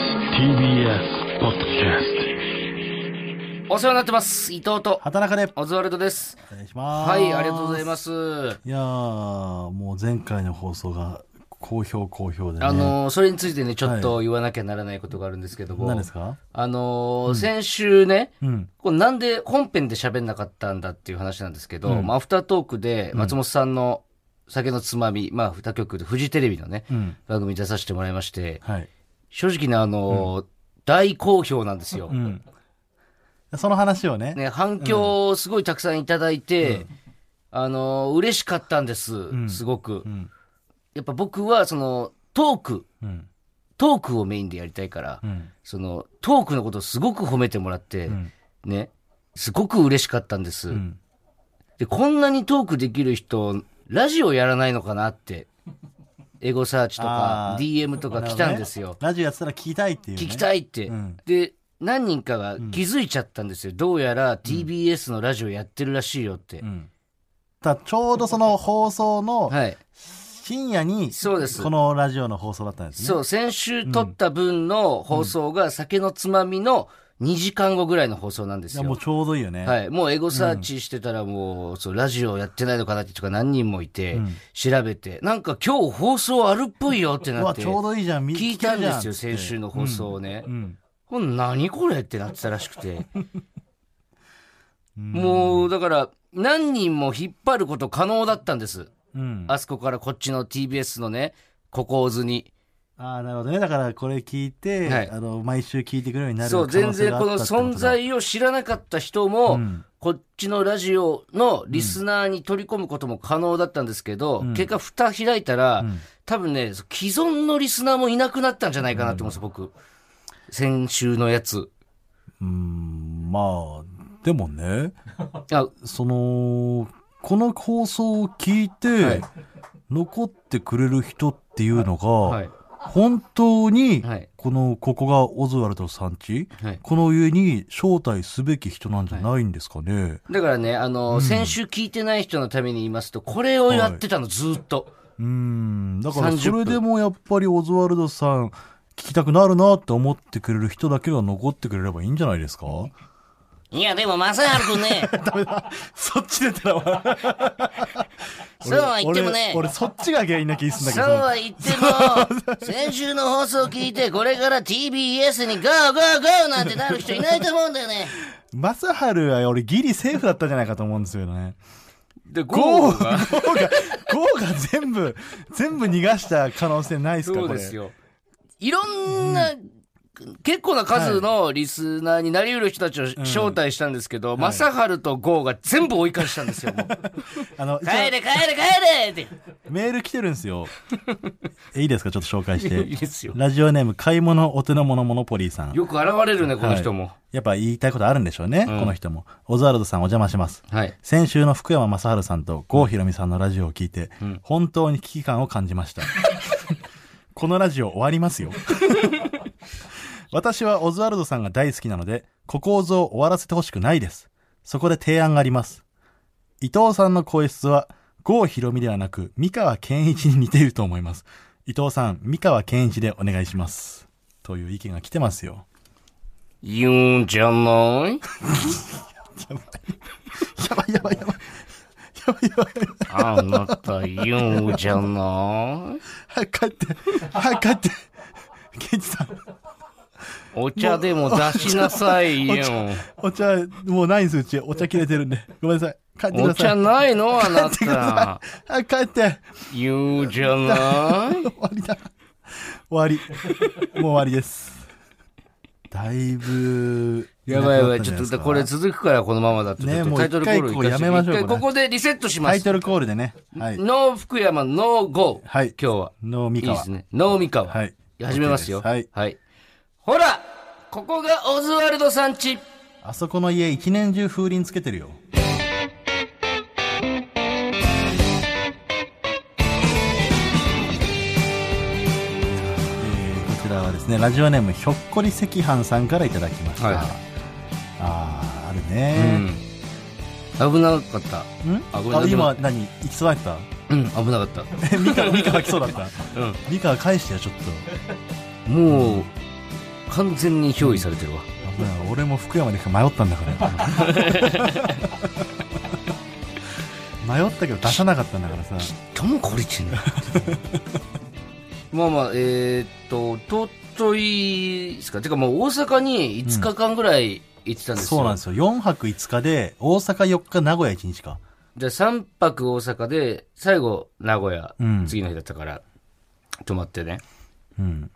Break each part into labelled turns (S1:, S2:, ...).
S1: TBS ポッドキャス
S2: お世話になってます伊藤と
S3: 働かれ
S2: オズワルドです
S3: お願いします
S2: はいありがとうございます
S3: いやーもう前回の放送が好評好評でね
S2: あのーそれについてねちょっと言わなきゃならないことがあるんですけども、
S3: 何ですか
S2: あのー先週ね、
S3: うん
S2: こうなんで本編で喋んなかったんだっていう話なんですけど、まあ、アフタートークで松本さんの酒のつまみ、まあ、2曲でフジテレビのね、
S3: うん
S2: 番組に出させてもらいまして、
S3: はい、
S2: 正直ね、あのー大好評なんですよ。
S3: うん、その話をね
S2: ね、反響をすごいたくさんいただいて、あのー嬉しかったんです、
S3: ん
S2: すごく
S3: う。ん
S2: やっぱ僕は、その、トーク、
S3: うん
S2: トークをメインでやりたいから、
S3: うん
S2: その、トークのことをすごく褒めてもらって、
S3: うん
S2: ね、すごく嬉しかったんです。
S3: うん
S2: で、こんなにトークできる人、ラジオやらないのか なって、エゴサーチとか
S3: あ、ー
S2: DM とか来たんですよ。
S3: ラジオやってたら聞きたいっていう、ね、
S2: 聞きたいって。
S3: うん
S2: で、何人かが気づいちゃったんですよ。どうやら TBS のラジオやってるらしいよって。
S3: うん、ただちょうどその放送の
S2: はい。
S3: 深夜に
S2: そうです
S3: このラジオの放送だったんですね
S2: そう、先週撮った分の放送が酒のつまみの2時間後ぐらいの放送なんです
S3: やもう
S2: よ。
S3: ちょうどいいよね、
S2: はい。もうエゴサーチしてたらもう、そう、ラジオやってないのかなって人が何人もいて、
S3: ん
S2: 調べて、なんか今日放送あるっぽいよって
S3: う
S2: なっ
S3: わ
S2: て。
S3: ちょうどいいじゃんみ
S2: 聞いたんです
S3: 聞け
S2: よ、先
S3: るじゃん
S2: 週の放送をね
S3: う。ん
S2: ほん、何これってなってたらしくて。
S3: うん
S2: もう、だから、何人も引っ張ること可能だったんです。
S3: うん
S2: あそこからこっちの TBS のね、ここをずに。
S3: ああ、なるほどね。だから、これ聞いて、
S2: はい
S3: あの、毎週聞いてくるようになる可
S2: そう、全
S3: 能性
S2: 然
S3: があ
S2: こ
S3: った
S2: の
S3: ってことだ
S2: 存在を知らなかった人も、
S3: うん
S2: こっちのラジオのリスナーに取り込むことも可能だったんですけど、結果蓋開いたら、多分ね、既存のリスナーもいなくなったんじゃないかなと思うんですよ、僕。先週のやつ。
S3: うん、まあ、でもね、
S2: あ、
S3: その、この放送を聞いて、
S2: はい
S3: 残ってくれる人っていうのが、
S2: い
S3: 本当に、
S2: はい
S3: この、ここがオズワルドさんち、
S2: はい
S3: この家に招待すべき人なんじゃないんですかね。
S2: だからね、あの、先週聞いてない人のために言いますと、これをやってたの、ずーっと。
S3: うん、だから
S2: 30
S3: それでもやっぱりオズワルドさん、聞きたくなるなって思ってくれる人だけが残ってくれればいいんじゃないですか
S2: い、や、でも、まさはるくん ね、
S3: そっち出たら笑
S2: そうは言ってもね
S3: 俺、俺そっちが原因な気がするん
S2: そ
S3: だ
S2: う
S3: けど
S2: は言っても、 先週の放送を聞いて、これから TBS にゴーゴーゴーなんてなる人いないと思うんだよね。
S3: マサハルは俺ギリセーフだったんじゃないかと思うんですよね
S2: で、
S3: ゴーがゴーがゴーが全部全部逃がした可能性ないですか
S2: そう
S3: こ
S2: で
S3: れ
S2: すよ。いろんな、結構な数のリスナーになりうる人たちを招待したんですけど、マサハルとゴーが全部追い返したんですよ。もう
S3: あの一応
S2: 帰れ帰れ帰れって。
S3: メール来てるんです よえいいですかちょっと紹介して
S2: いいですよ。
S3: ラジオネーム買い物お手の物モノポリーさん
S2: よく現れるね、この人も。
S3: やっぱ言いたいことあるんでしょうね、この人も。オズワルドさんお邪魔します。
S2: はい。
S3: 先週の福山雅治さんと郷ひろみさんのラジオを聞いて、本当に危機感を感じま した。このラジオ終わります よ。私はオズワルドさんが大好きなので、ここをぞを終わらせてほしくないです。そこで提案があります。伊藤さんの声質は、郷ひろみではなく、三河健一に似ていると思います。伊藤さん、三河健一でお願いします。という意見が来てますよ。
S2: 言うんじゃない
S3: やばいやばいやばい。やばいやばい。
S2: あなた言うんじゃない
S3: 早く帰って。早く帰って。ケンチさん、
S2: お茶でも出しなさいよ。
S3: お茶、もうないんです、うち。お茶切れてるんで。ごめんなさい。帰ってく
S2: お
S3: ださ
S2: 茶
S3: い。
S2: ないのあな
S3: 帰ってくだ
S2: た
S3: さ。い。早く帰って。
S2: 言うじゃない
S3: 終わりだ。終わり。もう終わりです。だいぶ、
S2: やばいやば
S3: な
S2: い、
S3: くなん
S2: ちょった
S3: じゃなです
S2: と
S3: か
S2: これ続くから、このままだと。
S3: ね
S2: ちょっと
S3: もう
S2: タイトルコール
S3: 一回
S2: 行かせ
S3: こ
S2: て
S3: うやめましょう
S2: 一回
S3: これ
S2: ここでリセットしま
S3: タイ
S2: す。
S3: トルコールでね。はい。
S2: ノー福山、ノーゴー。
S3: はい
S2: 今日は。
S3: ノーミ
S2: いい
S3: カ
S2: で
S3: は
S2: す。ね。ノーミカ
S3: はい
S2: 始めますよ。
S3: OK です
S2: はい。ほらここがオズワルドさんち。
S3: あそこの家一年中風鈴つけてるよ。えーこちらはですね、ラジオネームひょっこり赤飯さんからいただきました。
S2: はい
S3: あー、ある
S2: う
S3: ね。
S2: ん。危なかった。
S3: ん
S2: あごめん
S3: あ、今
S2: な
S3: 何行きそうだった
S2: うん、危なかった。
S3: え、ミカ、ミカが来そうだった。
S2: うん。
S3: ミカ返してよ、ちょっと。
S2: もう、完全に憑依されてるわ。
S3: 危ない俺も福山で行くか迷ったんだから 迷ったけど出さなかったんだからさ
S2: どうもこれちんだ。 まあまあ、えー、っと、おとといですか。てかもう大阪に5日間ぐらい行ってたんですよ。
S3: そうなんですよ4泊5日で大阪4日名古屋1日か
S2: じゃあ3泊大阪で、最後名古屋、
S3: うん
S2: 次の日だったから、泊まってね。
S3: うん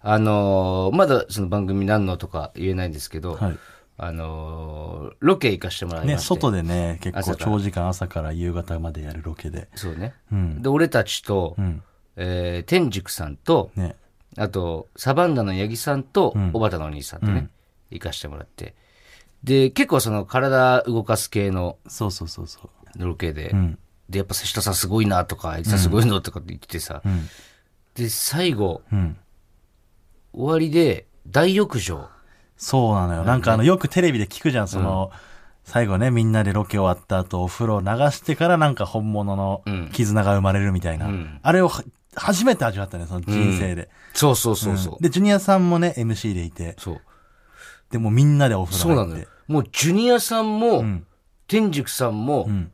S2: あのーまだその番組何のとか言えないんですけど、
S3: はい
S2: あのーロケ行かしてもらいまして
S3: ね外でね結
S2: 朝
S3: 構
S2: から
S3: 長時間朝から夕方までやるロケで
S2: そうね。
S3: うん
S2: で、俺たちと、
S3: うん
S2: えー天竺さんと、
S3: ね
S2: あと、サバンナの八木さんと
S3: うん、
S2: 小畑のお兄さんとね、行かしてもらって。で、結構その体動かす系の
S3: そうそうそうそ
S2: ロケで、
S3: ううん
S2: で、やっぱ瀬下さんすごいなとか、あいつさんすごいのとかって言っててさ、
S3: うん
S2: で、最後、
S3: うん
S2: 終わりで、大浴場。
S3: そうなのよ。なんかあの、よくテレビで聞くじゃん、その、最後ね、みんなでロケ終わった後、お風呂流してからなんか本物の
S2: うん
S3: 絆が生まれるみたいな。
S2: うん
S3: あれをは初めて味わったね、その人生で。
S2: そうそうそうそう。
S3: で、ジュニアさんもね、MC でいて、
S2: そう。
S3: でもうみんなでお風
S2: そう
S3: 呂
S2: な
S3: 入っ
S2: の
S3: て
S2: よ。。もう、ジュニアさんも、
S3: ん
S2: 天竺さんも、
S3: うん。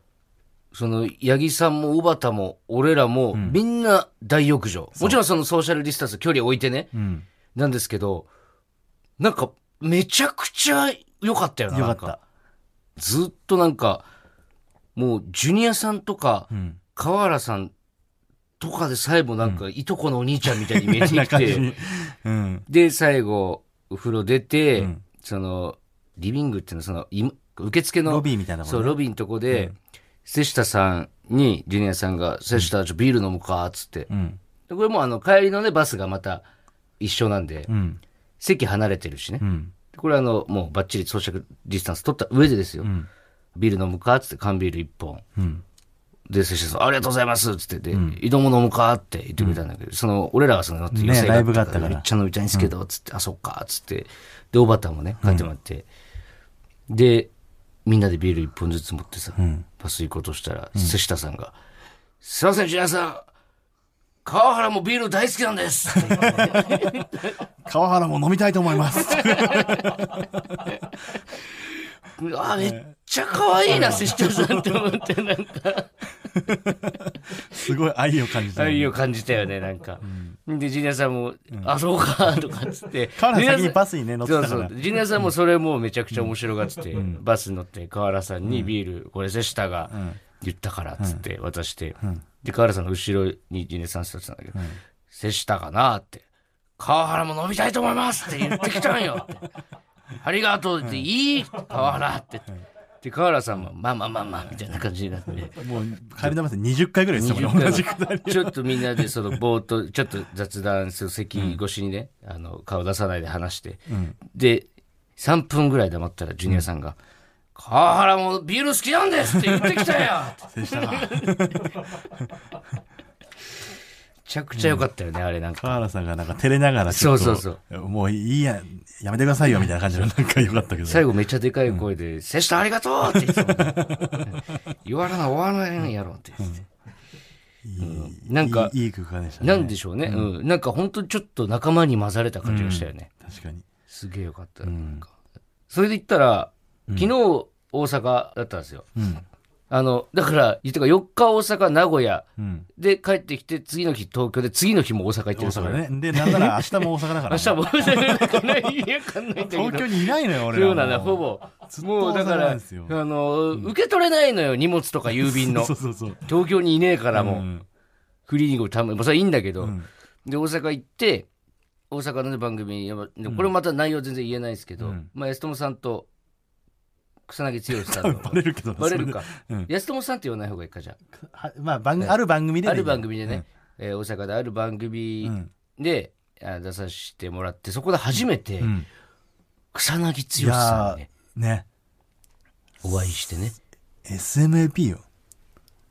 S2: その、八木さんも、小畑も、俺らも、みんな大浴場。もちろんそのソーシャルディスタンス、距離置いてね、
S3: うん。
S2: なんですけど、なんか、めちゃくちゃ良かったよな。
S3: よかっ
S2: なん
S3: た。
S2: ずっとなんか、もう、ジュニアさんとか、
S3: うん。
S2: 川原さんとかでさえもなんか、いとこのお兄ちゃんみたいに見えて き
S3: な感
S2: て、
S3: じ。うん。
S2: で、最後、お風呂出て、
S3: うん
S2: その、リビングっていうのは、その、い受付の、
S3: ロビーみたいなとこ
S2: そう、
S3: ろね
S2: ロビーのとこで、瀬下さんに、ジュニアさんが、瀬下、ちょビール飲むか、つって。
S3: うん。
S2: でこれもあの、帰りのね、バスがまた一緒なんで、
S3: うん。
S2: 席離れてるしね
S3: う。ん。
S2: これあの、もうバッチリ装着ディスタンス取った上でですよ。
S3: ん
S2: ビール飲むかつって缶ビール一本。
S3: うん。
S2: で、瀬下さん、ありがとうございますつってで、井戸も飲むかって言ってくれたんだけど、その、俺らはその、だって
S3: ね
S2: 寄席
S3: ライブがあったから
S2: めっちゃ飲みたいんですけど、つって、あ、そっか、つって。で、おばたもね、帰ってもらって。で、みんなでビール一本ずつ持ってさ、パス行こうとしたら、瀬下さんが、すいません、ジュニアさん、川原もビール大好きなんですって
S3: 川原も飲みたいと思います。
S2: あ、めっちゃ可愛いな、瀬下さんって思って、なんか。
S3: すごい愛を感じたよね。
S2: 愛を感じたよね、なんか。で、ジュニアさんも、あ、そうか、とかっつ って。
S3: 川原
S2: ジュニ
S3: 先
S2: アさ
S3: に
S2: ん
S3: バスにね、乗って
S2: そ
S3: た
S2: う
S3: から。
S2: そう。ジュニアさんもそれもうめちゃくちゃ面白がってて、バスに乗って河原さんにビール、これ瀬下が言ったから、つって渡して、で、河原さんの後ろにジュニアさん座ってたんだけど、瀬下かなって、川原も飲みたいと思いますって言ってきたんよって。ありがとうって、いい川原って。で、河原さんも、まあまあまあまあ、みたいな感じになって。
S3: もう、帰りのバス20回ぐらいですよ、
S2: 20
S3: 同じくだり。
S2: ちょっとみんなでそのぼーっとちょっと雑談する席越しにね、あの顔出さないで話して、で3分ぐらい黙ったらジュニアさんが「川原もビール好きなんです!」って言ってきた よ
S3: でしたが
S2: めちゃくちゃ良かったよね、あれなんか
S3: 川原さんがなんか照れながらちょっと
S2: そうそう
S3: もういいや、やめてくださいよみたいな感じのなんかよかったけど。
S2: 最後めっちゃでかい声で「瀬下ありがとう!」って言ってたもん ね言わらな終わらないんやろって言ってて、
S3: いい
S2: なんか
S3: いいいい空間でしたね。
S2: なんでしょうね、うんなんか本当にちょっと仲間に混ざれた感じがしたよね、
S3: 確かに。
S2: すげえよかった、なんかそれで言ったら昨日大阪だったんですよ、あのだから言ってか4日大阪名古屋
S3: うん。
S2: で帰ってきて次の日東京で次の日も大阪行って
S3: 大
S2: るん
S3: 阪ね。
S2: ですよ
S3: で、なんなら明日も大阪だから。
S2: 明日も大阪だから意味わかんないんだけど
S3: 東京にいないのよ、俺ら
S2: そ
S3: も。
S2: うなんだほぼ
S3: ずっと
S2: もうだか
S3: 大阪な
S2: ら
S3: ん
S2: あ
S3: ですよ
S2: の、受け取れないのよ荷物とか郵便の
S3: そうそうそう。
S2: 東京にいねえからもう、
S3: ん
S2: クリーニングもたま、まあ、それはいいんだけど、
S3: ん
S2: で、大阪行って、大阪のね番組、やばでこれまた内容全然言えないですけど、
S3: うん
S2: まあ、安友さんと草薙剛さん
S3: 多分
S2: の。
S3: バレるけどな
S2: バレるか。
S3: それでうん
S2: 安友さんって言わない方がいいか、じゃ
S3: はまあ、番ある番組で
S2: あ。
S3: ね。
S2: ある番組でね、えー大阪である番組
S3: うん。
S2: で、あ出させてもらって、そこで初めて、
S3: うん。
S2: 草薙
S3: い
S2: 剛
S3: や
S2: さんにね、
S3: ーね。
S2: お会いしてね、
S3: SMAP よ。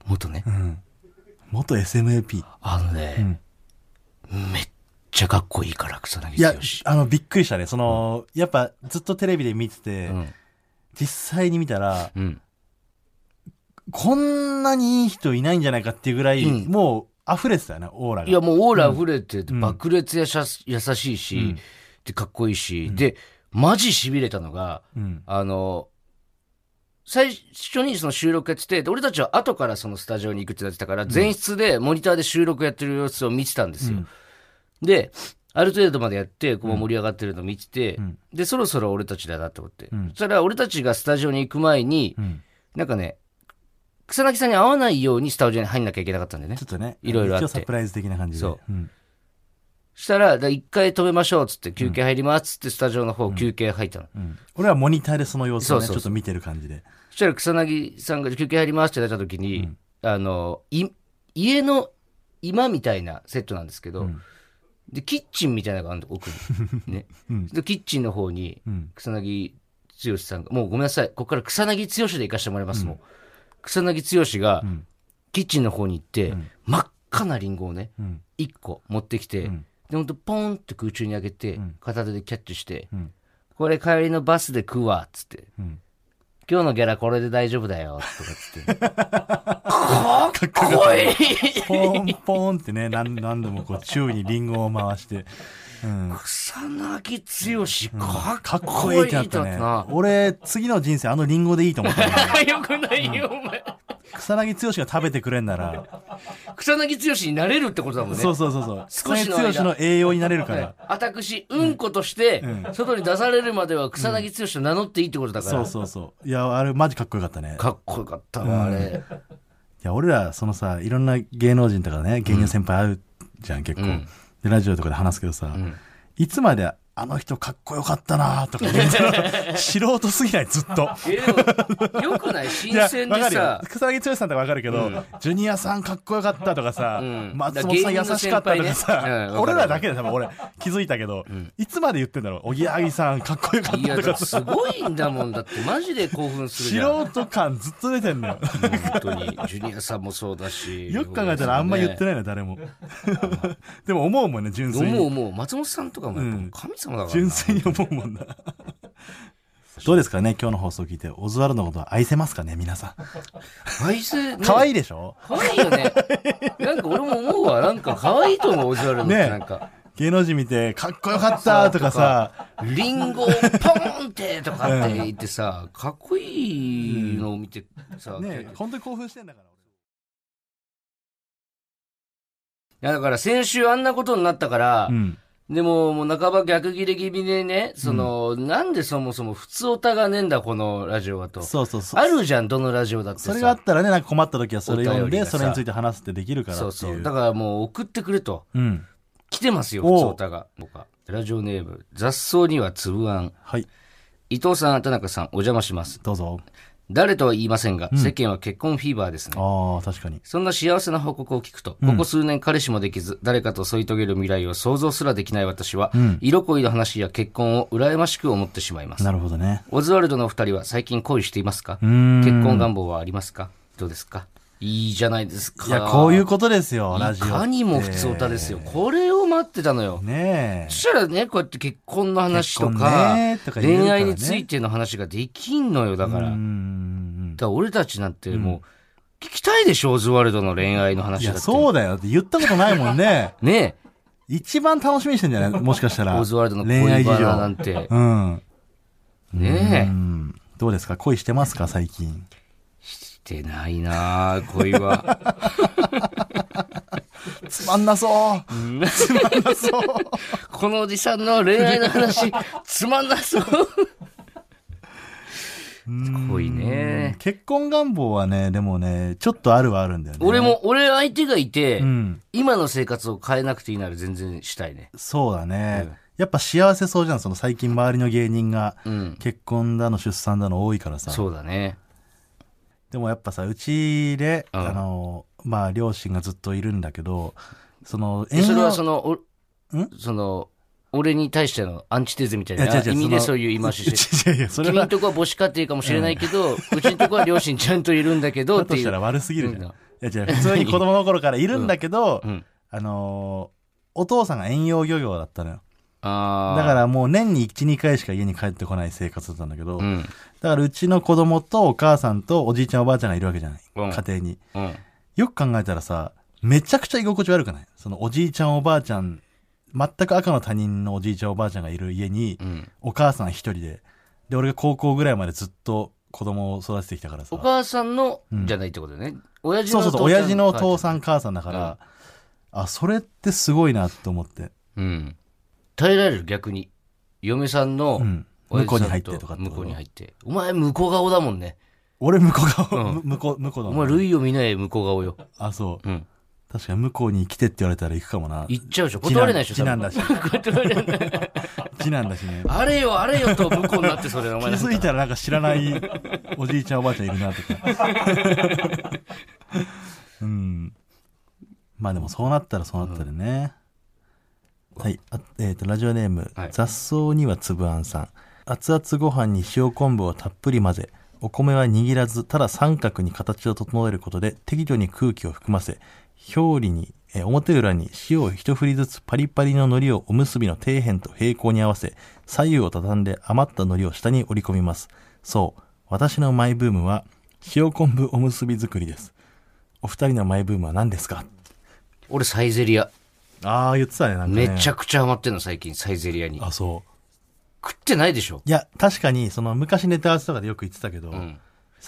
S2: 元ね、
S3: 元 SMAP。
S2: あのね、めっちゃかっこいいから、草
S3: い
S2: 薙
S3: や
S2: 剛。、
S3: あの、びっくりしたね。その、やっぱ、ずっとテレビで見てて、
S2: ん
S3: 実際に見たら、
S2: うん。
S3: こんなにいい人いないんじゃないかっていうぐらい、
S2: うん
S3: も溢れてたよね、オーラが。
S2: いや、もうオーラ溢れてて、爆裂やしゃ優しいし、で、かっこいいし、で、マジ痺れたのが、
S3: うん。
S2: あの、最初にその収録やってて、で俺たちは後からそのスタジオに行くってなってたから、前室でモニターで収録やってる様子を見てたんですよ。で、ある程度までやって、こう盛り上がってるの見てて、
S3: ん
S2: で、そろそろ俺たちだなと思って。
S3: うん
S2: そしたら俺たちがスタジオに行く前に、
S3: うん。
S2: なんかね、草薙さんに会わないようにスタジオに入んなきゃいけなかったんだよね
S3: ちょ。っとね、
S2: いろいろあって
S3: 一応サプライズ的な感じで。。
S2: そう
S3: ん。
S2: したら、だ一回止めましょうっつって、休憩入りますっつって、スタジオの方休憩入ったの。
S3: うん俺はモニターでその様子をね、
S2: そうそうそう
S3: ちょっと見てる感じで。
S2: そしたら草薙さんが休憩入りますってなった時に、あの、い、家の今みたいなセットなんですけど、で、キッチンみたいなのがあるの、奥に。 ね。で、キッチンの方に
S3: ん、
S2: 草薙剛さんが、もうごめんなさい、ここから草薙剛で行かせてもらいます、もう。草薙剛が、キッチンの方に行って、真っ赤なリンゴをね、
S3: うん。
S2: 一個持ってきて、
S3: ん
S2: で、ほんとポーンって空中に上げて、
S3: ん
S2: 片手でキャッチして、
S3: うん
S2: これ帰りのバスで食うわ、っつって。
S3: うん。
S2: 今日のギャラこれで大丈夫だよ、とかっつって。かっこいい
S3: ポーンポーンって ね、何何度もこう、宙にリンゴを回して。うん。
S2: 草薙剛、かっ
S3: かっ
S2: こ
S3: こ
S2: い
S3: い
S2: い
S3: い
S2: っ
S3: ってて
S2: な
S3: な
S2: っ
S3: ったた
S2: ね
S3: ね。俺、次の人生あのリンゴでいいと思った ね。
S2: こいい。よくないよ、お前。
S3: 草薙剛が食べてくれんなら、
S2: 草薙剛になれるってことだもんね。
S3: そうそうそうそう。草
S2: 少し
S3: 薙
S2: の間
S3: 剛の栄養になれるか
S2: はい
S3: ら。
S2: 私、うんことして、外に出されるまでは草薙剛と名乗っていいってことだから。
S3: そうそうそう。いや、あれマジかっこよかったね。
S2: かっこよかったわ、あれ。
S3: いや、俺ら、そのさ、いろんな芸能人とかね、芸人先輩会うじゃん、結構。
S2: うん
S3: で、ラジオとかで話すけどさ、いつまで、あの人かっこよかったなとか 言って、素人すぎない、ずっと。
S2: えでもよくない新
S3: いや、
S2: 鮮
S3: わ
S2: で
S3: かるよ
S2: さ。。
S3: 草薙剛さんとかわかるけど、ジュニアさんかっこよかったとかさ、
S2: ん
S3: 松本さん優しかったとか
S2: だから芸人の先輩ね
S3: さ、
S2: うんわか
S3: 俺
S2: る
S3: らだけで多分俺気づいたけど、いつまで言ってんだろうおぎやはぎさんかっこよかっ
S2: いや、
S3: たと
S2: だっ
S3: か
S2: て
S3: さ、
S2: すごいんだもんだって、マジで興奮するじゃん。
S3: 素人感ずっと出てんのよ。
S2: 本当に。ジュニアさんもそうだし。
S3: よく考えたらあんま言ってないの、誰も。 でも思うもんね、純粋に。
S2: 思う思う。松本さんとかもやっぱ神様だからな。
S3: 純粋に思うもんな。どうですかね今日の放送聞いて、オズワルドのことは愛せますかね皆さ
S2: 愛せ、
S3: ん。可愛
S2: い。
S3: いでしょ
S2: 可愛いよね。なんか俺も思うわ。なんか可愛いと思う、オズワルドって。
S3: ねえ
S2: なんか、
S3: 芸能人見て、かっこよかったとかさ、
S2: リンゴをポーンってとかって言ってさ、かっこいいのを見てさ、
S3: ね本当に興奮してんだから。
S2: いやだから先週あんなことになったから、
S3: うん。
S2: でも、もう半ば逆ギレ気味でね、その、なんでそもそも普通おたがねえんだ、このラジオはと。
S3: そうそうそう。
S2: あるじゃん、どのラジオだってさ。
S3: それがあったらね、なんか困った時はそれ読ん
S2: お便り
S3: で、
S2: がさ
S3: それについて話すってできるからってい。
S2: そううそう。だからもう送ってくれと。
S3: うん。
S2: 来てますよ、
S3: おう
S2: 普通おたが。僕はラジオネーム、雑草にはつぶあん。
S3: はい。
S2: 伊藤さん、田中さん、お邪魔します。
S3: どうぞ。
S2: 誰とは言いませんが、世間は結婚フィーバーですね。
S3: ああ、確かに。
S2: そんな幸せな報告を聞くと、ここ数年彼氏もできず、誰かと添い遂げる未来を想像すらできない私は、色恋の話や結婚を羨ましく思ってしまいます。
S3: なるほどね。
S2: オズワルドのお二人は最近恋していますか
S3: うーん。
S2: 結婚願望はありますかどうですかいいじゃないですか。
S3: いや、こういうことですよ、ラ
S2: い
S3: ジオって。
S2: かにも普通歌ですよ。これを待ってたのよ。
S3: ねえ
S2: そ。したらね、こうやって結婚の話と
S3: 結
S2: か
S3: 婚ね、とか言えるから
S2: 恋
S3: ね
S2: 愛についての話ができんのよ、だから。
S3: うー
S2: だか
S3: ん。
S2: ら俺たちなんてもう、聞きたいでしょ、オズワルドの恋愛の
S3: い
S2: 話だ
S3: や、
S2: って。
S3: そうだよ。だって言ったことないもん ね。
S2: ね
S3: 一番楽しみにしてんじゃないもしかした
S2: え、
S3: ら。
S2: オズワルドの
S3: 恋
S2: 恋
S3: 愛
S2: バ
S3: 事
S2: ナな
S3: 情。
S2: んて。
S3: うん。う
S2: ねえ。
S3: ん。どうですか恋してますか最近。
S2: してないなあ恋は。
S3: つまんなそう。つまんなそう。
S2: このおじさんの恋愛の話、つまんなそう。恋ね。
S3: 結婚願望はね、でもね、ちょっとあるはあるんだよね。
S2: 俺。も、俺相手がいて、
S3: うん。
S2: 今の生活を変えなくていいなら全然したいね。
S3: そうだね。
S2: うん
S3: やっぱ幸せそうじゃん、その最近周りの芸人が。
S2: うん。
S3: 結婚だの出産だの多いからさ。
S2: そうだね。
S3: でもやっぱさ、うちで、
S2: うん
S3: あの、まあ両親がずっといるんだけど、その、
S2: えそれはそ
S3: の、
S2: の、お
S3: ん
S2: その、俺に対してのアンチテーゼみたい
S3: いや
S2: な
S3: 違う違う
S2: 意味で
S3: そ
S2: そう
S3: の
S2: いう言い回しして。
S3: いやい や、それ
S2: 君ん
S3: は、
S2: とこは母子家庭かもしれないけど、うちんとこは両親ちゃんといるんだけど
S3: だ
S2: って
S3: と
S2: い
S3: したら
S2: う。
S3: 悪すぎるじゃん。
S2: うん
S3: いや違う、普 通に子供の頃からいるんだけど、
S2: うん。
S3: あのお父さんが遠洋漁業だったのよ。
S2: ああ。
S3: だか、らもう年に1、2回しか家に帰ってこない生活だったんだけど、
S2: うん。
S3: だからうちの子供とお母さんとおじいちゃんおばあちゃんがいるわけじゃない。
S2: うん
S3: 家庭に。
S2: うん。
S3: よく考えたらさ、めちゃくちゃ居心地悪くないそのおじいちゃんおばあちゃん、全く赤の他人のおじいちゃんおばあちゃんがいる家に、
S2: うん。
S3: お母さん一人で、で、俺が高校ぐらいまでずっと子供を育ててきたからさ。
S2: お母さんの、じゃないってことだよね。親父
S3: そ
S2: の
S3: う
S2: お
S3: そう
S2: 父
S3: そう、親父のお父
S2: ん。
S3: さん母さんだから、あ、それってすごいなと思って。
S2: うん。耐えられる逆に。嫁さんの
S3: うん、
S2: 親
S3: 向こ
S2: 父さん
S3: うに入ってとかってこと
S2: 向こうに入って。お前、向こう顔だもんね。
S3: 俺、向こう側、
S2: うん
S3: む向こう、向こうだ
S2: お
S3: も
S2: 前、
S3: ん
S2: 類を見ない向こう顔よ。
S3: あ、そう。
S2: うん。
S3: 確かに向こうに来てって言われたら行くかもな。
S2: 行っちゃうでしょ。断れないでしょ、
S3: 次男だし
S2: 多分断れない。
S3: 次男だしね。
S2: あれよ、あれよと、向こうになって、それ、お
S3: 気
S2: 前なんか。
S3: づいたらなんか知らないおじいちゃんおばあちゃんいるなとか。 うん。まあでもそうなったらそうなったでね。はい。あえっ、と、ラジオネーム、
S2: はい
S3: 雑草にはつぶあんさん。熱々ご飯に塩昆布をたっぷり混ぜ、お米は握らず、ただ三角に形を整えることで適度に空気を含ませ、表裏に、えー表裏に塩を一振りずつパリパリの海苔をおむすびの底辺と平行に合わせ、左右を畳んで余った海苔を下に折り込みます。そう、私のマイブームは、塩昆布おむすび作りです。お二人のマイブームは何ですか
S2: 俺、サイゼリア。
S3: ああ、言ってたね、なんか、ね。
S2: めちゃくちゃハマってんの、最近、サイゼリアに。
S3: あ、そう。
S2: 食ってないでしょ。
S3: いや、確かに、その、昔ネタ合わせとかでよく言ってたけど、
S2: うん。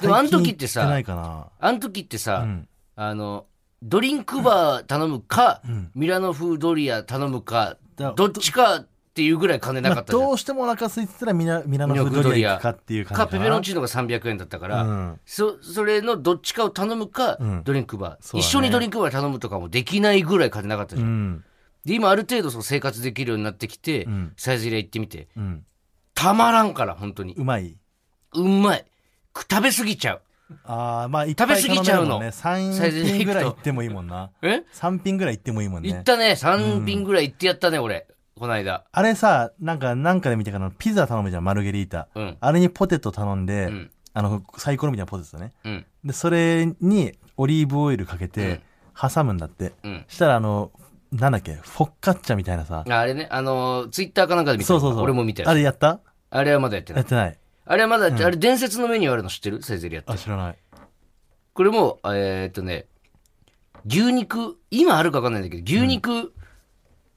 S2: でも、あの時っ
S3: 最近行て
S2: てさ
S3: ない、かな。
S2: あの時ってさ、
S3: うん
S2: あの、ドリンクバー頼むか、
S3: ん
S2: ミラノ風ドリア頼むか、
S3: だ
S2: どっちかっていうぐらい金なかったじゃん
S3: まあどうしてもお腹空いてたらミラミラノ風ドリア行くかっていう感じ
S2: か
S3: かな
S2: ペペロンチーノが300円だったから、
S3: うん
S2: そそれのどっちかを頼むか、
S3: うん
S2: ドリンクバー、
S3: そう
S2: 一
S3: だね
S2: 緒にドリンクバー頼むとかもできないぐらい金なかったじゃん、
S3: うん。
S2: で今ある程度その生活できるようになってきて、
S3: うん
S2: サイゼリア行ってみて
S3: うん。
S2: たまらんから本当に
S3: うまい。
S2: うまいく食べ過ぎちゃう
S3: ああ、まあ、いっ
S2: 食べ過ぎちゃうのサイゼ
S3: 3
S2: リヤ行くと
S3: 品ぐらい行ってもいいもんな。
S2: え
S3: 3品ぐらい行ってもいいもん
S2: 行っ
S3: ね。
S2: たね3品ぐらい行ってやったね、俺この間
S3: あれさ、なんか、なんかで見たかな、ピザ頼むじゃん、マルゲリータ。
S2: うん
S3: あれにポテト頼んで、
S2: うん
S3: あの、サイコロみたいなポテトね。
S2: うん
S3: で、それにオリーブオイルかけて、挟むんだって。
S2: うん
S3: したら、あの、なんだっけ、フォッカッチャみたいなさ。
S2: ああれねあのツイッターかなんかで見た
S3: そうそうそう。
S2: 俺も見た
S3: あ
S2: よ
S3: れやった
S2: あれはまだやってな
S3: や
S2: い
S3: ってない。
S2: あれはまだやって、あれ伝説のメニューあるの知ってるサイゼリアって
S3: あ、知らない。
S2: これも、えーっとね、牛肉、今あるか分かんないんだけど、牛肉、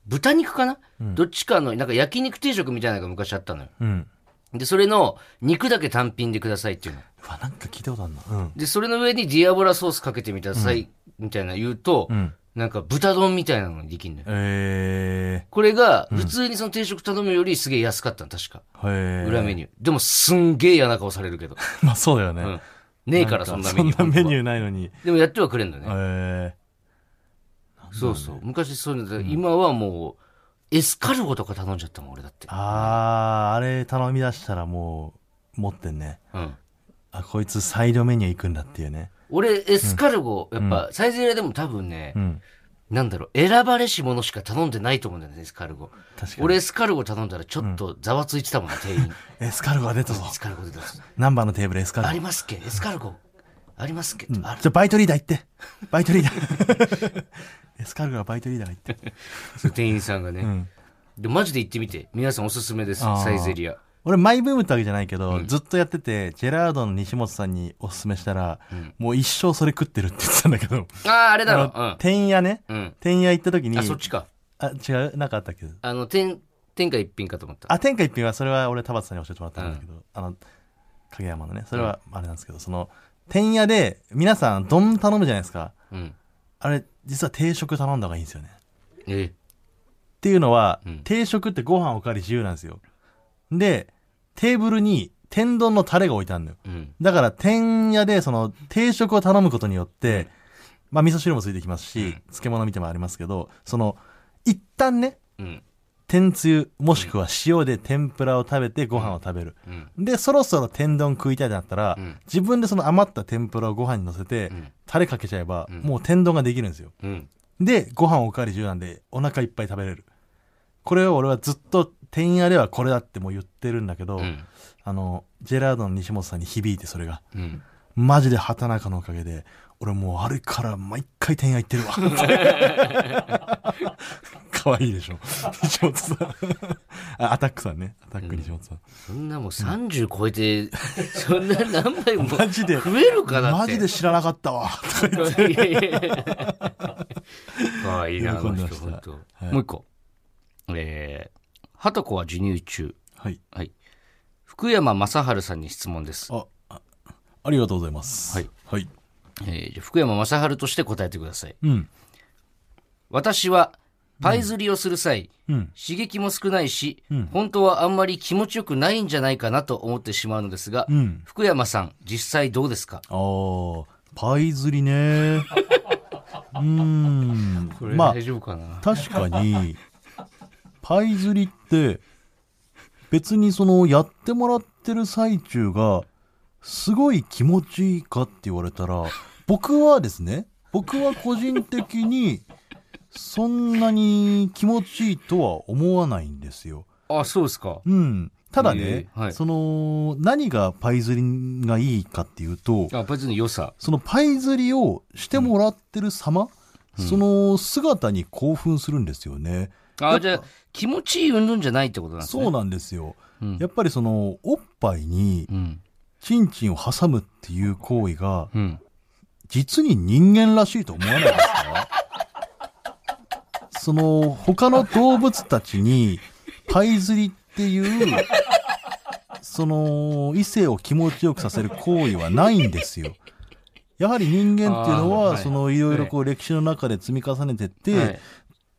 S2: 豚肉かな、どっちかの、なんか焼肉定食みたいなのが昔あったのよ。
S3: うん。
S2: で、それの肉だけ単品でくださいっていうの。
S3: うわ、なんか聞いたことあるな。うん。
S2: で、それの上にディアボラソースかけてみたさい、みたいな言うと、
S3: ん
S2: なんか豚丼みたいなのにできるのよ。
S3: え
S2: これが、普通にその定食頼むよりすげえ安かったの、確か。
S3: ー。へー。
S2: 裏メニュー。でも、すんげえ嫌な顔されるけど。
S3: まあそうだよね。
S2: うん。ねえから、そんなメニュー。
S3: そんなメニ
S2: ー。
S3: ューないのに。
S2: でもやってはくれんのね。
S3: え
S2: そうそう。昔そういうので、今はもう、エスカルゴとか頼んじゃったもん、俺だって
S3: ー、。あー、あれ頼み出したらもう、持ってんね。
S2: うん。
S3: あ、こいつサイドメニュー行くんだっていうね。
S2: 俺、エスカルゴ、やっぱ、サイゼリヤでも多分ね
S3: う、ん。
S2: なんだろう、選ばれし者しか頼んでないと思うんだよね、エスカルゴ。
S3: 確かに。
S2: 俺、エスカルゴ頼んだら、ちょっとざわついてたもんね、店員。
S3: エスカルゴが出たぞ
S2: エ。スカルゴで出す。
S3: ナンバーのテーブルエスカル
S2: あ
S3: ゴ。
S2: りますっけエスカルゴ。ありますっけある
S3: じゃあバイトリーダー行って。バイトリーダー。 エスカルゴはバイトリーダーが行って。
S2: そう店員さんがね。
S3: ん
S2: で、マジで行ってみて。皆さんおすすめです、
S3: あー
S2: サイゼリヤ。
S3: 俺、マイブームってわけじゃないけど、ずっとやってて、ジェラードンの西本さんにおすすめしたら、もう一生それ食ってるって言ってたんだけど。
S2: ああ、あれだろ。
S3: あの天屋ね。
S2: うん。うん。
S3: 天屋行った時に、
S2: あ、そっちか。
S3: あ、違うなんかあったっけ
S2: あの、天、天下一品かと思った。
S3: あ、天下一品は、それは俺、田畑さんに教えてもらったんだけど、あの、影山のね、それはあれなんですけど、その、天屋で、皆さん、丼頼むじゃないですか。
S2: うん。
S3: あれ、実は定食頼んだ方がいいんですよね。
S2: ええ。
S3: っていうのは、
S2: うん
S3: 定食ってご飯おかわり自由なんですよ。で、テーブルに天丼のタレが置いてあるんだよ。
S2: うん。
S3: だから、天屋で、その、定食を頼むことによって、まあ、味噌汁もついてきますし、漬物見てもありますけど、その、一旦ね、
S2: うん。
S3: 天つゆ、もしくは塩で天ぷらを食べてご飯を食べる。
S2: うん。
S3: で、そろそろ天丼食いたいってなったら、
S2: うん
S3: 自分でその余った天ぷらをご飯に乗せて、
S2: ん
S3: タレかけちゃえば、
S2: ん
S3: もう天丼ができるんですよ。
S2: うん。
S3: で、ご飯おかわり自由なんで、お腹いっぱい食べれる。これを俺はずっと、天やではこれだってもう言ってるんだけど、
S2: うん。
S3: あの、ジェラードンの西本さんに響いてそれが。
S2: うん。
S3: マジで畑中のおかげ で、俺もうあれから毎回天や行ってるわ。可愛いでしょ。西本さん。あ、アタックさんね。アタック西本さん。
S2: そんなもう30超 えて、そんな何倍も増
S3: マジで
S2: えるかなっ
S3: マ
S2: て。
S3: ジで知らなかったわ。
S2: いやいやいや。可愛いな、あ
S3: 喜
S2: の
S3: んでま
S2: 人、
S3: した
S2: 本当
S3: はい
S2: もう一個。えー、はとこは授乳中。
S3: はい。
S2: はい。福山雅治さんに質問です。
S3: あ、あありがとうございます。
S2: はい。
S3: はい。
S2: えーじゃあ福山雅治として答えてください。
S3: うん。
S2: 私は、パイ釣りをする際、
S3: うん。
S2: 刺激も少ないし、
S3: うん
S2: 本当はあんまり気持ちよくないんじゃないかなと思ってしまうのですが、
S3: うん。
S2: 福山さん、実際どうですか
S3: あー、パイ釣りね。う ーん。まあ、
S2: 丈夫かな
S3: 確かに、パイ釣りって、別にその、やってもらってる最中が、すごい気持ちいいかって言われたら、僕はですね、僕は個人的に、そんなに気持ちいいとは思わないんですよ。
S2: あ、そうですか。
S3: うん。ただね、
S2: えーはい
S3: その、何がパイ釣りがいいかっていうと、
S2: あ、パイ釣りの良さ。
S3: そのパイ釣りをしてもらってる様、その姿に興奮するんですよね。
S2: あ、じゃあ、気持ちいい云々じゃないってことなんですね。
S3: そうなんですよ。
S2: うん
S3: やっぱりその、おっぱいに
S2: うん。
S3: チンチンを挟むっていう行為が、
S2: うん。
S3: 実に人間らしいと思わないです かその、他の動物たちに、パイ釣りっていう、その、異性を気持ちよくさせる行為はないんですよ。やはり人間っていうの
S2: あー
S3: は、
S2: はい
S3: その、いろいろこう歴史の中で積み重ねてって、
S2: はい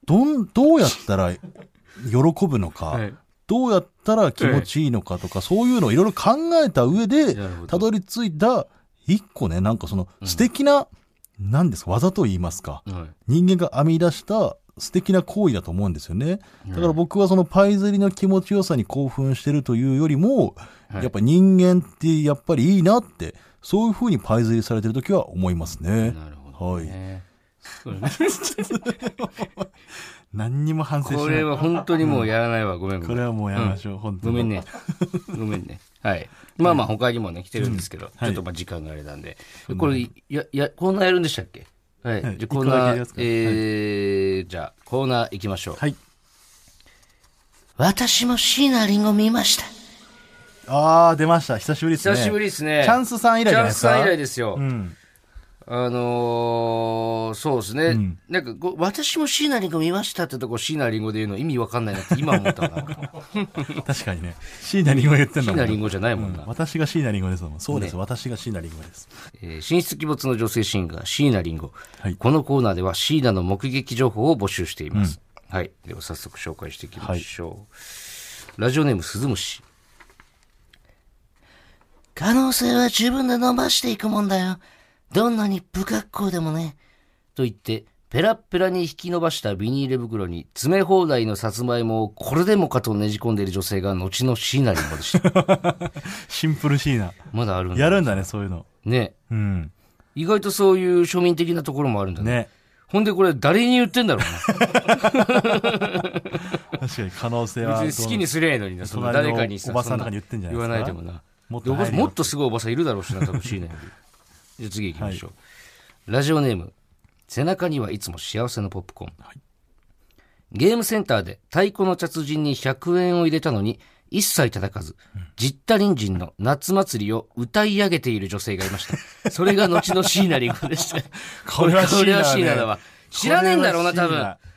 S3: どん、どうやったら喜ぶのか、
S2: はい
S3: どうやったら気持ちいいのかとか、そういうのをいろいろ考えた上で
S2: なるほど、
S3: たどり着いた、一個ね、なんかその、素敵な、なんですか、技と言いますか。
S2: はい。
S3: 人間が編み出した素敵な行為だと思うんですよね。だから僕はそのパイ釣りの気持ちよさに興奮してるというよりも、
S2: はい
S3: やっぱ人間ってやっぱりいいなって、そういう風にパイ釣りされてる時は思いますね。
S2: なるほど、ね。 はい。
S3: 何にも反省しない。
S2: これは本当にもうやらないわ。ごめん。
S3: これはもうやめましょう、本当
S2: ご
S3: に。
S2: めんね。ごめんね。はい。まあまあ他にもね、来てるんですけど、
S3: はい
S2: ちょっとまあ時間があれなんで。これ、や、や、コーナーやるんでしたっけはい。
S3: はい
S2: じゃあコ
S3: 一個
S2: ー
S3: だけ
S2: ナ
S3: やり
S2: ー
S3: ます、か
S2: えー、じゃあコーナー行きましょう。
S3: はい。
S2: 私も椎名林檎見ました。
S3: あー、出ました。久しぶりですね。
S2: 久しぶりですね。
S3: チャンスさん以来じゃないですか。
S2: チャンスさん以来ですよ。
S3: うん。
S2: あのー、そうですね。
S3: ん
S2: なんかこう、私も椎名林檎見ましたってとこ、椎名林檎で言うの意味わかんないなって今思ったわなんか。
S3: 確かにね。椎名林檎言ってん
S2: 椎
S3: だ
S2: 名
S3: も
S2: 林
S3: ん。
S2: 檎じゃないもんな。
S3: 私が椎名林檎ですもん。そうです。私が椎名林檎です。
S2: えー神出鬼没の女性シンガー、椎名林檎。
S3: はい
S2: このコーナーでは椎名の目撃情報を募集しています。はい。では早速紹介していきましょう。ラジオネーム、鈴虫。可能性は自分で伸ばしていくもんだよ。どんなに不格好でもね。と言って、ペラッペラに引き伸ばしたビニール袋に詰め放題のさつまいもをこれでもかとねじ込んでいる女性が後の椎名林檎 でした。
S3: シンプル椎名。
S2: まだあるんだ。
S3: やるんだね、そういうの。
S2: ね。
S3: うん。
S2: 意外とそういう庶民的なところもあるんだね。
S3: ね。
S2: ほんでこれ誰に言ってんだろう
S3: 確かに可能性
S2: な。
S3: は。
S2: 別に好きにすりゃいいのにな。その
S3: 隣
S2: 誰
S3: の
S2: かにさ
S3: おばさんとかに言ってんじゃないですか
S2: 言わないでもな。
S3: もっ
S2: で
S3: と
S2: お
S3: 入
S2: ばさん
S3: る
S2: も
S3: よ
S2: っとすごいおばさんいるだろうしな、多分椎 名より。じゃあ次行きましょう。ラジオネーム。背中にはいつも幸せのポップコーン。ゲームセンターで太鼓の達人に100円を入れたのに、一切叩かず、じった隣人の夏祭りを歌い上げている女性がいました。それが後の椎名林檎でした。
S3: これは椎名だね
S2: これだわ。知らねえんだろうな、多
S3: これ
S2: 分。
S3: は椎名。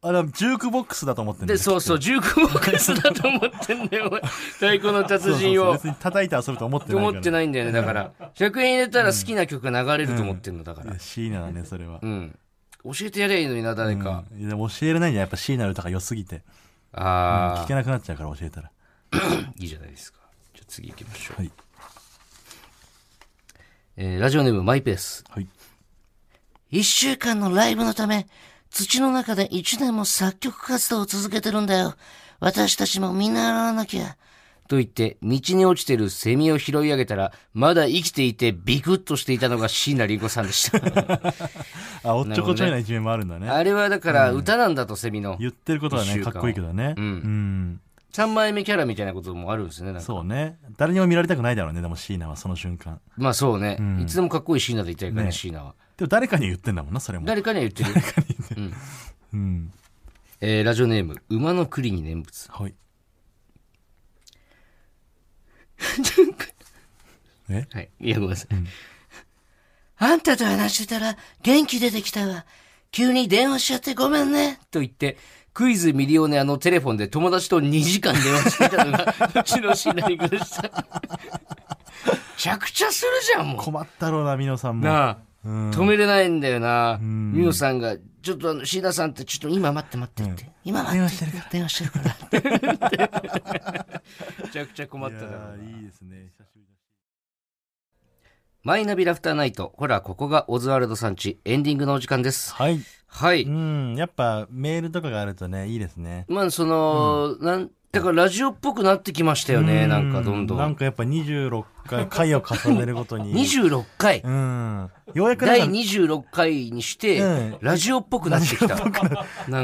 S3: あ、でも、ジュークボックスだと思ってんだ
S2: で、
S3: よ
S2: そうそう、重工ボックスだと思ってんだよ、お 前太鼓の達
S3: そうそう
S2: 人
S3: そう
S2: を。
S3: 別に叩いて遊ぶと思ってないから。
S2: 思ってないんだよね、だから。100円入れたら好きな曲が流れると思ってんの、だから
S3: いや。椎名だね、それは
S2: う。ん。教えてやればいいのにな、誰か。
S3: うんいやでも教えれないんじゃん。やっぱ椎名の歌が良すぎて。
S2: あ
S3: 聞けなくなっちゃうから教えたら。
S2: あ、いいじゃないですか。じゃあ次行きましょう。
S3: はい。
S2: えーラジオネームマイペース。
S3: はい。
S2: 一週間のライブのため、土の中で一年も作曲活動を続けてるんだよ。私たちも見習わなきゃ。と言って、道に落ちてるセミを拾い上げたら、まだ生きていてビクッとしていたのが椎名林檎さん でした。
S3: あ、おっちょこちょいな一面もあるんだね。
S2: あれはだから歌なんだと、セミの。
S3: 言ってることは
S2: 一週
S3: ね、
S2: 間
S3: かっこいいけどね。
S2: うん
S3: うん
S2: 3枚目キャラみたいなこともあるんですね。なんか
S3: そうね。誰にも見られたくないだろうね、でも椎名はその瞬間。
S2: まあそうね、
S3: ん
S2: いつでもかっこいい椎名でいたいからね、
S3: ね
S2: 椎名は。
S3: でも誰かに言ってんだもんな、それも。
S2: 誰かには言ってる。
S3: うん。
S2: えーラジオネーム、馬の栗に念仏。
S3: はい。え
S2: はい。いや、ごめんなさい。あんたと話してたら元気出てきたわ。急に電話しちゃってごめんね。と言って、クイズミリオネアのテレフォンで友達と2時間電話していたのが、後のシナリオでした。めちゃくちゃするじゃん、も
S3: 困ったろうな、ミノさん
S2: う。
S3: も。
S2: なあ。
S3: うん
S2: 止めれないんだよな。
S3: ん
S2: ミノさんが、ちょっとあの、椎名さんって、ちょっと今待って待ってって。今待って。
S3: 電話してるから
S2: 電話してるから。 めちゃくちゃ困っ
S3: い
S2: た
S3: や
S2: だろうな
S3: ーいいですね。久しぶりだし
S2: マイナビラフターナイト。ほら、ここがオズワルドさんち、エンディングのお時間です。
S3: はい。
S2: は
S3: う
S2: い。
S3: ん、やっぱメールとかがあるとね、いいですね。
S2: まあ、その、なん、だからラジオっぽくなってきましたよね。
S3: う
S2: なんか、どんど
S3: なん
S2: ん。
S3: かやっぱ26回、回を重ねるご とに。
S2: 26回
S3: う。ん。ようやくなん
S2: 第
S3: か
S2: 26回にして、
S3: うん
S2: ラジオっぽくなってきた。なん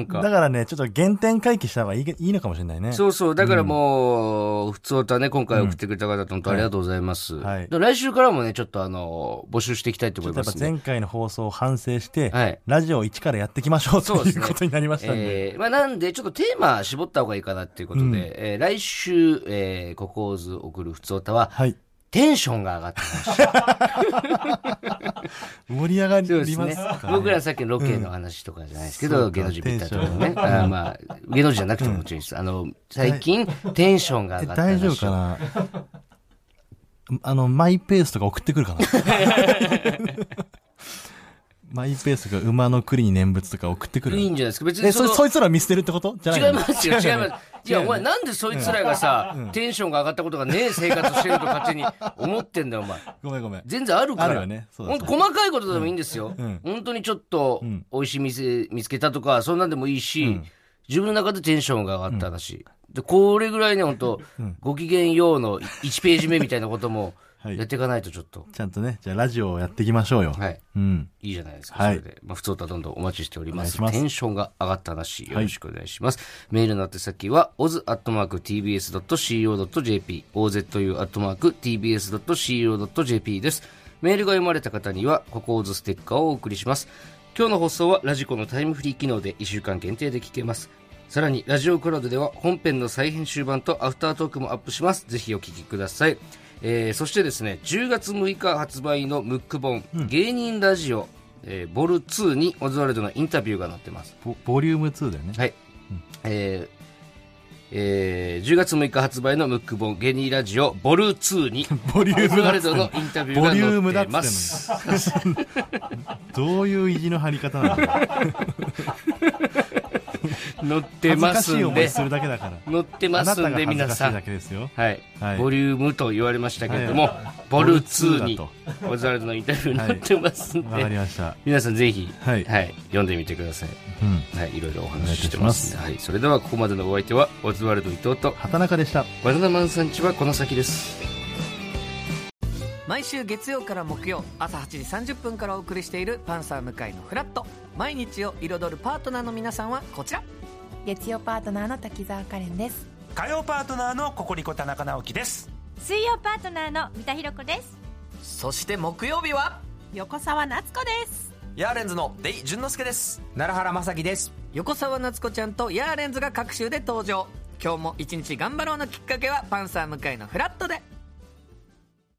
S3: だ
S2: か。
S3: からね、ちょっと原点回帰した方がいいいいのかもしれないね。
S2: そうそう。だからもう、普通歌ね、今回送ってくれた方、本当ありがとうございます。
S3: はい
S2: で来週からもね、ちょっとあの、募集していきたいと
S3: ちょっ
S2: 思い
S3: とや
S2: ま
S3: っぱ
S2: すね。
S3: 前回の放送を反省して、
S2: はい
S3: ラジオを一からやっていきましょう
S2: そう
S3: と
S2: で
S3: い
S2: す
S3: う
S2: ね
S3: ことになりましたんで。
S2: えーまあ、なんで、ちょっとテーマ絞った方がいいかなっていうことで、
S3: うん
S2: えー来週、えー、ココーズ送る普通歌は、
S3: はい。
S2: テンションが上が ってます。
S3: 盛り上がり
S2: そう
S3: ま
S2: です
S3: すかね。。
S2: ね僕らさっきのロケの話とかじゃないですけど、
S3: うん
S2: 芸能人ビッターと
S3: そうか
S2: かね。あーまあ、芸能人じゃなくてももちろんです。あの、最近、テンションが上
S3: え
S2: がった話
S3: 大
S2: を
S3: 丈夫かなあの、マイペースとか送ってく るかなマイペースが馬の栗に念仏とか送ってくる
S2: いいんじゃないですか。別
S3: え、
S2: に
S3: そ、
S2: の
S3: そいつら見捨てるってことじゃないの
S2: 違います よ、違います。いや、お前、なんでそいつらがさ、テンションが上がったことがねえ生活してると勝手に思ってんだよ、お前。
S3: ごめんごめん。
S2: 全然あるから。
S3: あるよねそうだ
S2: ほんと細かいことでもいいんですよ。
S3: うん
S2: 本当にちょっと
S3: ん、
S2: 美味しい店見つけたとか、そんなんでもいいし、自分の中でテンションが上がった話。で、これぐらいね、本当、ご機嫌ようの1ページ目みたいなことも、
S3: はい
S2: やっていかないとちょっと。
S3: ちゃんとね、じゃあラジオをやっていきましょうよ。
S2: はい。
S3: うん。
S2: いいじゃないですか。
S3: はい
S2: それで。まあ、普通歌どんどんお待ちしております。
S3: お願いします
S2: テンションが上がった話、よろしくお願いします。メールの宛先は、oz.tbs.co.jp、ozu.tbs.co.jp です。メールが読まれた方には、ここオズステッカーをお送りします。今日の放送は、ラジコのタイムフリー機能で1週間限定で聞けます。さらに、ラジオクラウドでは本編の再編集版とアフタートークもアップします。ぜひお聞きください。えーそしてですね、10月6日発売のムック本、芸人ラジオ、えーボル2にオズワルドのインタビューが載ってます。
S3: ボボリューム2だよね。
S2: はい。えーえー10月6日発売のムック本、芸人ラジオ、ボル2に、
S3: ボリューム
S2: オズワ
S3: だっ
S2: ル
S3: つって
S2: ド
S3: ん
S2: の
S3: の
S2: インタビュ
S3: ボリュー
S2: ー
S3: ムだ
S2: が
S3: っ
S2: 載ってま
S3: つ
S2: す。
S3: ってんの どういう意地の張り方なの
S2: 載っ
S3: 恥
S2: て
S3: ず
S2: ま
S3: か
S2: す
S3: しい
S2: ん
S3: 思い、
S2: です
S3: るだけだから。
S2: 載って
S3: あ
S2: ま
S3: な
S2: す
S3: た
S2: ん
S3: が
S2: で、
S3: 恥ず
S2: 皆
S3: かし
S2: さ
S3: い
S2: ん
S3: だ。けですよ。
S2: はい、
S3: はい
S2: ボリュームと言われましたけれども、ボル2に
S3: ボ
S2: オズワルドのインタビューに載ってますんで、
S3: わかりました。
S2: 皆さんぜひ、は
S3: はいい
S2: 読んでみてください。
S3: うん。
S2: はい、いろいろお話ししてますんではい、それではここまでのお相手はオズワルド伊藤と
S3: 畑中でした。
S2: バナナマンさんちはこの先です。
S4: 毎週月曜から木曜朝8時30分からお送りしている「パンサー向井のフラット」毎日を彩るパートナーの皆さんはこちら
S5: 月曜パートナーの滝沢カレンです
S6: 火曜パートナーのココリコ田中直樹です
S7: 水曜パートナーの三田寛子です
S4: そして木曜日は
S5: 横澤夏子です
S8: ヤーレンズのデイ淳之介です
S6: 奈良原雅樹です
S4: 横澤夏子ちゃんとヤーレンズが各週で登場今日も一日頑張ろうのきっかけは「パンサー向井のフラット」で